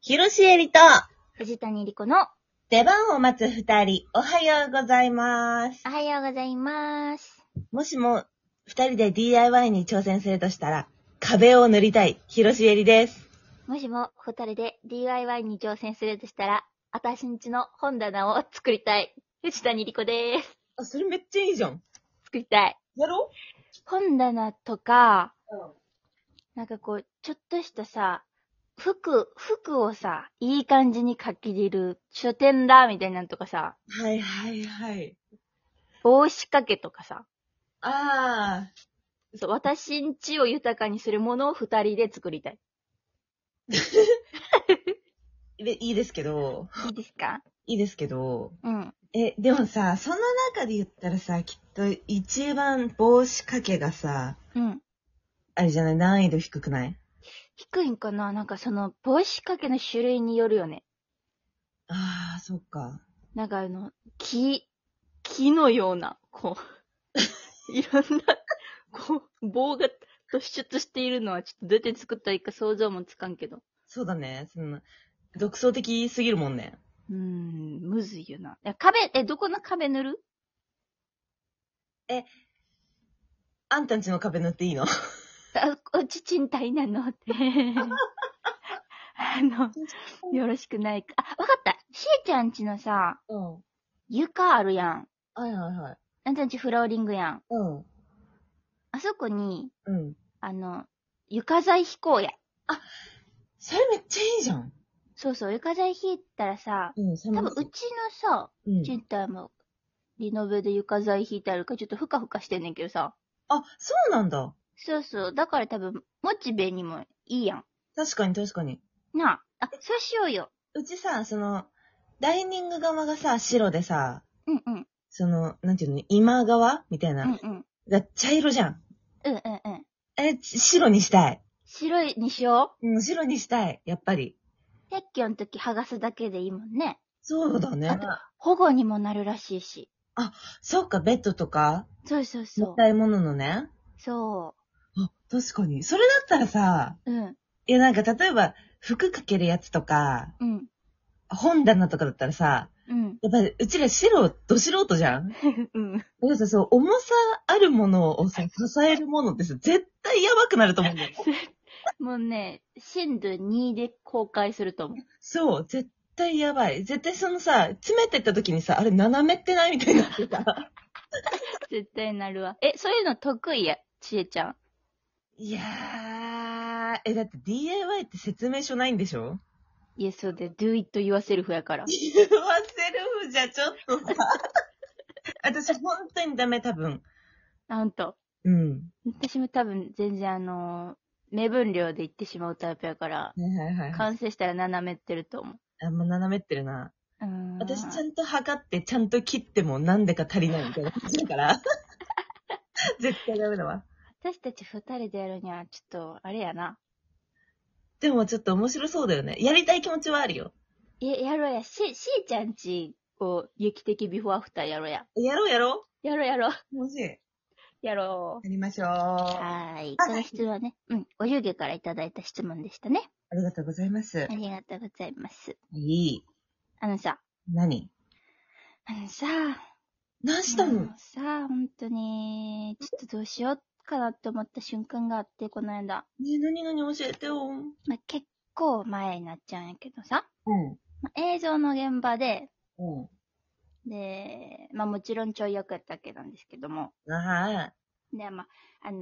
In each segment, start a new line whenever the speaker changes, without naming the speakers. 広しえりと、
藤谷莉子の
出番を待つ二人、おはようございます。
おはようございます。
もしも、二人で DIY に挑戦するとしたら、壁を塗りたい、広しえりです。
もしも、ホタルで DIY に挑戦するとしたら、あたしんちの本棚を作りたい。藤谷莉子です。
あ、それめっちゃいいじゃん。
作りたい。
やろ
本棚とか、
うん。
なんかこう、ちょっとしたさ、服、服をさ、いい感じに書き入れる書店だ、みたいなのとかさ、
はいはいはい。
帽子掛けとかさ、
あ
そう、私んちを豊かにするものを二人で作りたい。
ー、でいいですけど、
いいですか
いいですけど、
うん。
え、でもさ、その中で言ったらさ、きっと一番帽子掛けがさ、
うん。
あれじゃない、難易度低くない
低いんかななんかその、帽子掛けの種類によるよね。
ああ、そっか。
なんかあの、木、木のような、こう、 いろんな、こう、棒が突出しているのは、ちょっとどうやって作ったらいいか想像もつかんけど。
そうだね。その、独創的すぎるもんね。
うーん、むずいよな。いや壁、え、どこの壁塗る
あんたんちの壁塗っていいの
あ、おち賃貸なのって。 あの、よろしくないか。あ、わかった。しえちゃんちのさ、
うん。
床あるやん。
はいはいはい。
あんたんちフローリングやん。
うん。
あそこに、
うん。
あの、床材引こうや。
それめっちゃいいじゃん。
そうそう、床材引いたらさ、
うん、そ
多分うちのさ、
うん
賃貸もリノベで床材引いてあるからちょっとふかふかしてんねんけどさ。
あ、そうなんだ。
そうそう。だから多分、モチベにもいいやん。
確かに確かに。
なあ。あ、そうしようよ。
うちさ、その、ダイニング側がさ、白でさ、
うんうん。
その、なんていうの、今側みたいな。
うんうん。
が茶色じゃん。
うんうんうん。
え、ち白にしたい。
白いにしよ
うん、白にしたい。やっぱり。
う。撤去の時剥がすだけでいいもんね。
そうだね
あ。と保護にもなるらしいし。
そっか、ベッドとか、
そうそうそ
も
う
っ。たいもののね。
そ
あ、確かに。それだったらさ、
う。うん。
いやなんか例えば、服かけるやつとか、
うん。
本棚とかだったらさ、
うん。
やっぱりうちら白、ど素人じゃん
うん。
だからさ、そう、重さあるものをさ、支えるものってさ、絶対やばくなると思うんだ よ。
もうね、深度2で公開すると思う。
そう、絶対やばい。絶対そのさ、詰めてった時にさ、あれ斜めってないみたいになってさ。
絶対なるわ。え、そういうの得意や、ちえちゃん。
いやー、え、だって DIY って説明書ないんでしょ
いや、そうで、do it yourself やから。
言わせるじゃちょっとさ。 私本当にダメ多分。
あんと。
うん。
私も多分、全然あのー目分量でいってしまうタイプやか
は
ら、
いはいはいはい。
完成したら斜めってると思う。
あんま斜めってるな。
うーん。
私ちゃんと測って、ちゃんと切ってもなんでか足りないみたいな感じだ から。絶対ダメだわ。
私たち二人でやるには、ちょっと、あれやな。
でもちょっと面白そうだよね。やりたい気持ちはあるよ。
え、やろうや。し、しーちゃんちを劇的ビフォーアフターやろうや。
やろうやろ
やろうやろう。
う。楽しい。 や
やろ
りましょう。
う。
あ
はーい。この質問はね、うん、お湯気からいただいた質問でしたね。
りがとうございます。
ありがとうございます。
いい。
あのさ、
何
あのさ、
何した
もう
の
さあ、本当に、ちょっとどうしようかなって思った瞬間があって、この間。
ねえ、何々教えてよ。
まあ、結構前になっちゃうんやけどさ、
うん。
まあ、映像の現場で、
う
で、まあもちろんちょい役やったわけなんですけども、
ん。あ
で、まあ、あの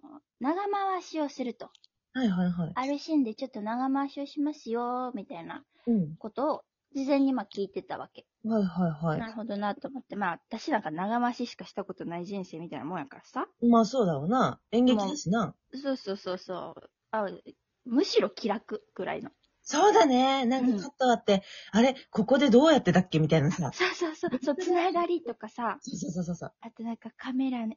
ー長回しをすると。
あ。はいはいはい。
あるシーンでちょっと長回しをしますよ、みたいな
うん。
ことを、事前にまあ聞いてたわけ。
はいはい
な
は
るほどなと思って、まあ私なんか長回ししかしたことない人生みたいなもんやからさ。
い。まあそうだろうな。演劇だしな。
そうそうそうそう。あむしろ気楽ぐらいの。
そうだね。なんかカットあって、あれ、ここでどうやってだっけみたいなさ。
そうそうそう。そう、つながりとかさ、
そうそうそうそう。
あとなんかカメラの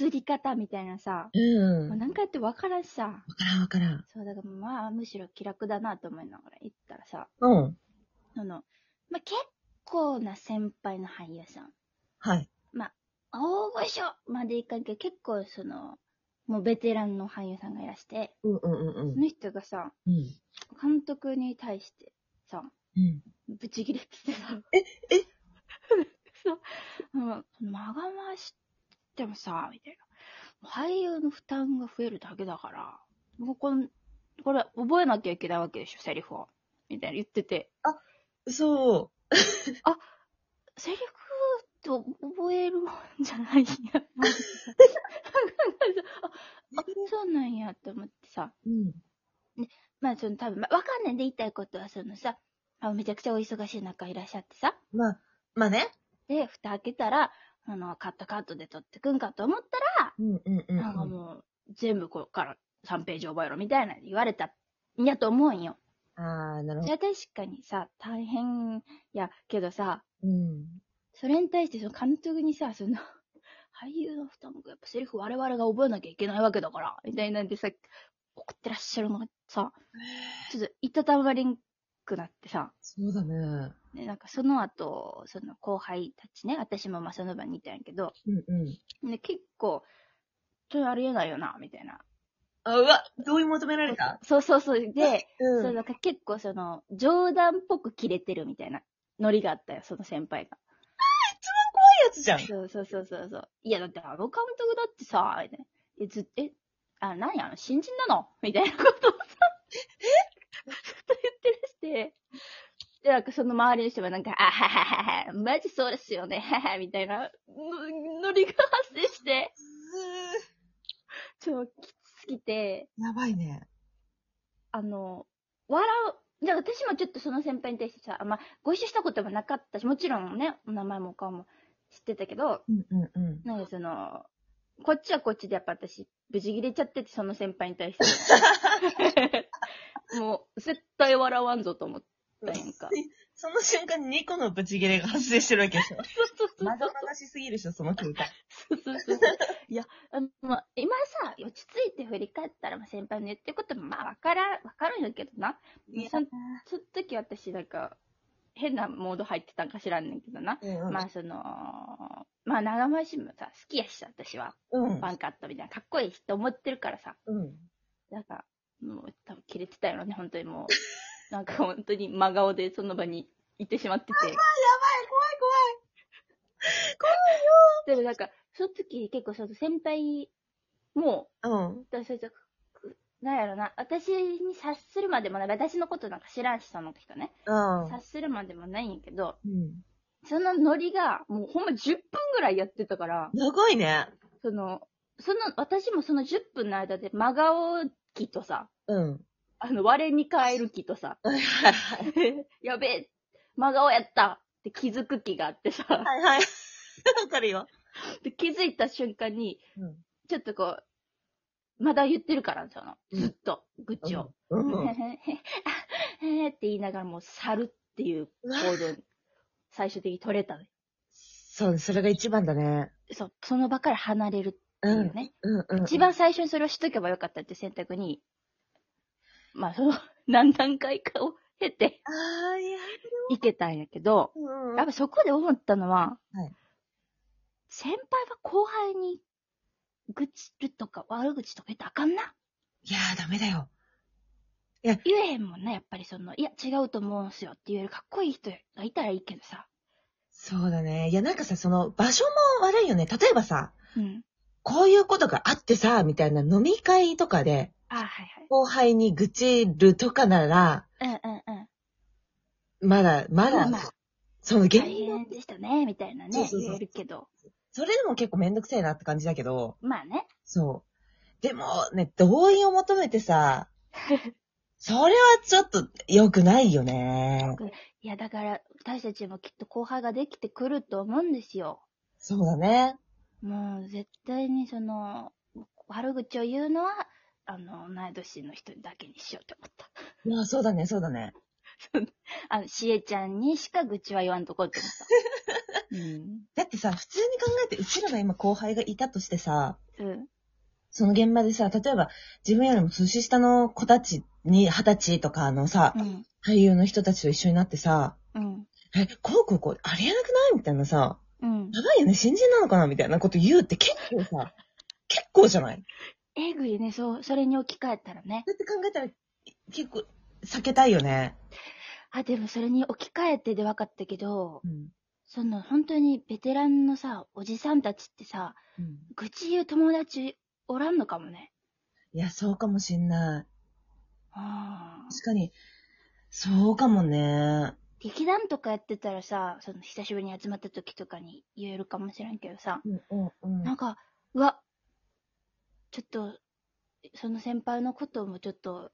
映り方みたいなさ、
うん。
もう
わ
なんかやってわからんしさ。
からんわからん。
そう、だからまあ、むしろ気楽だなと思いながら行ったらさ、
うん。
あの、まあ結構な先輩の俳優さん。
はい。
大御所までいかんけど、結構その、もうベテランの俳優さんがいらして、
うんうんうん
その人がさ、
うん。
監監督に対してさ、
うん。
ブチギレってさ。
ええ
そう。うん、間が回してもさ、みたいな。俳優の負担が増えるだけだから、もうこんこれ覚えなきゃいけないわけでしょ、セリフを。みたいな言ってて。
そ
セリフを覚えるもんじ ゃないんや。 あ、
う。
そうなんやって思ってさ。
うん。
まあ、その多分、まあ、わかんないんで言いたいことは、そのさ、あめちゃくちゃお忙しい中いらっしゃってさ。
まあ、まあね。
で、蓋開けたら、あの、カットカットで撮ってくんかと思ったら、
うんうんうん。
なんかもう、全部これから3ページ覚えろみたいな言われたんやと思うんよ。
ああ、なる
い
ほど。
や、確かにさ、大変やけどさ、
うん。
それに対してその監督にさ、その、 俳優の負担もやっぱセリフ我々が覚えなきゃいけないわけだから、みたいなんでさ、送ってらっしゃるのがさ、ちょっといたたまれんくなってさ、
そうだね。
でなんかその後、その後輩たちね、私もまあその場にいたんやけど、
うんうん。
ね、結構、ちょっとありえないよな、みたいな。
あ、うわ、同意求められた
そうそう そう。で、
う
そうなんか結構その、冗談っぽくキレてるみたいなノリがあったよ、その先輩が。
やつじゃん。
そうそうそうそうそう。いや、だってあの監督だってさ、みたいな。え、ずえ、あ、何あの、新人なのみたいなことをさ、ずっと言ってらして。で、なんかその周りの人もなんか、あはははは、マジそうですよね、はは、みたいなのノリが発生して、ちょっときつすぎて、
やばいね。
あの、笑う。で、私もちょっとその先輩に対してさ、あまあ、ご一緒したこともなかったし、もちろんね、お名前もお顔も知ってたけど、
うんうんうん。
なんかその、こっちはこっちでやっぱ私、無事切れちゃってて、その先輩に対して。もう、絶対笑わんぞと思ったやんか。
その瞬間に2個のブチギレが発生してるわけでしょ。
そうそうそう
まだまだしすぎるでしょ、その 空間。
そうそうそう。 いや、あの、まあ、今さ、落ち着いて振り返ったら、まあ、先輩の言ってることも、まあ、わから、わかるんやけどな。そのその時私、なんか、変なモード入ってたんか知らんねんけどな。
うんうん。
まあ、その、まあ、長回しもさ、好きやしさ、私は。
うん。
ワンカットみたいな、かっこいいしって思ってるからさ。
うん。
なんか、もう、多分切れてたよね、本当にも う。なんか、本当に真顔でその場にいてしまってて。でもなんか、その時結構その先輩も、
怖い、怖い、怖い。うん。
だからそれとなんやろな、私に察するまでもない、私のことなんか知らんし、その人ね。
うん。
察するまでもないんやけど、
うん。
そのノリが、もうほんま10分ぐらいやってたから、
長いね。
その、その、私もその10分の間で真顔期とさ、
うん。
あの、我に返る期とさ、
はいはい
やべえ、真顔やったって気づく気があってさ、
はい。はいはい。わかるよ。
で気づいた瞬間に、
うん。
ちょっとこう、まだ言ってるから、その、ずっと、愚痴を。
う
へ
ん。
へへって言いながらもう、去るっていう行動に、最終的に取れたの。
そう、それが一番だね。
そう、その場から離れるって
う
い
ん
う。ね。
うんうん。
一番最初にそれをしとけばよかったって選択に、まあ、その、 何段階かを経て、
ああ、いや。
いけたんやけど、
うん
やっぱそこで思ったのは、
はい
先輩は後輩に愚痴るとか悪口とか言ったらあかんな。
いやー、ダメだよ。
言えへんもんな、やっぱりその、いや、違うと思うんすよって言えるかっこいい人がいたらいいけどさ。
そうだね。いや、なんかさ、その、場所も悪いよね。例えばさ、
うん。
こういうことがあってさ、みたいな飲み会とかで、
ああ、はい
後輩に愚痴るとかなら、
はい。うんうんうん。
まだ、まだ、
まあまあ
その原
大
因
変でしたね、みたいな
そう
ね、
そうそう
言えるけど。
それでも結構めんどくせえなって感じだけど、
まあね。
そう。でもね、同意を求めてさ、それはちょっと良くないよね。
いや、だから、私たちもきっと後輩ができてくると思うんですよ。
そうだね。
もう、絶対にその、悪口を言うのは、あの、同い年の人だけにしようと思った。
いや、そうだね、そうだね。
あの、しえちゃんにしか愚痴は言わんとこって思った。うん。
だってさ、普通に考えて、うちらの今後輩がいたとしてさ、
うん。
その現場でさ、例えば、自分よりも年下の子たちに、二十歳とかのさ、
うん。
俳優の人たちと一緒になってさ、
うん。
え、こうこうこう、ありえなくないみたいなさ、
うん。
やばいよね、新人なのかなみたいなこと言うって結構さ、結構じゃない
えぐいね、そう、それに置き換えたらね。
だって考えたら、結構、避けたいよね。
あ、でもそれに置き換えてで分かったけど、
うん。
その本当にベテランのさ、おじさんたちってさ、
うん、
愚痴言う友達おらんのかもね。
いや、そうかもしんない。
あー
確かに、そうかもね。
劇団とかやってたらさ、その久しぶりに集まった時とかに言えるかもしれんけどさ、
うんうんう
なんか、うわ、ちょっと、その先輩のこともちょっと、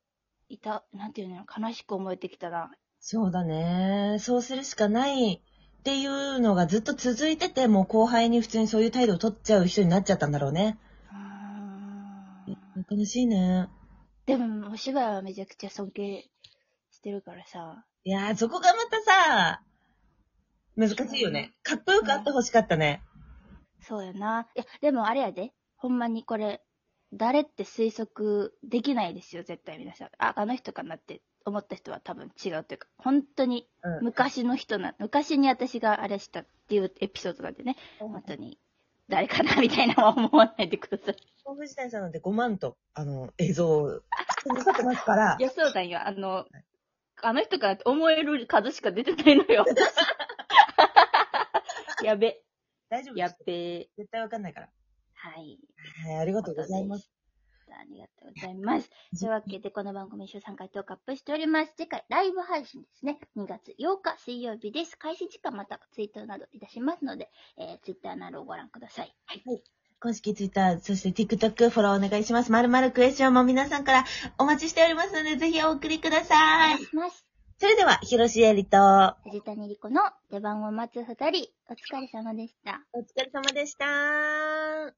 いた、なんていうの、悲しく思えてきたな。
そうだね。そうするしかないっていうのがずっと続いてて、もう後輩に普通にそういう態度を取っちゃう人になっちゃったんだろうね。
うーん
悲しいね。
でも、お芝居はめちゃくちゃ尊敬してるからさ。
いやー、そこがまたさ、難しいよね。かっこよくあってほしかったね。
そうやな。いや、でもあれやで。ほんまにこれ、誰って推測できないですよ、絶対皆さん。あ、あの人かなって思った人は多分違うというか、本当に
うん。
昔の人な、昔に私があれしたっていうエピソードなんでね、本当に誰かなみたいなのは思わないでください。
藤谷さんなんて5万と、あの、映像を作ってなさってますから
い、や、そうなんよ。あの、あの人からって思える数しか出てないの よ。やべ、
大丈夫で
や
す
っ。べ。
絶対わかんないから。
はい。
はい、ありがとうございます。
ありがとうございます。というわけで、この番組週3回トークアップしております。次回、ライブ配信ですね。2月8日水曜日です。開始時間またツイートなどいたしますので、えー、ツイッターなどをご覧ください。はい。
公式ツイッター、そして TikTok フォローお願いします。まるまるクエスチョンも皆さんからお待ちしておりますので、ぜひお送りくだ
お
さ
願
い
い。します。
それでは、ひろしえりと、
藤谷莉子の出番を待つ二人、お疲れ様でした。
お疲れ様でした。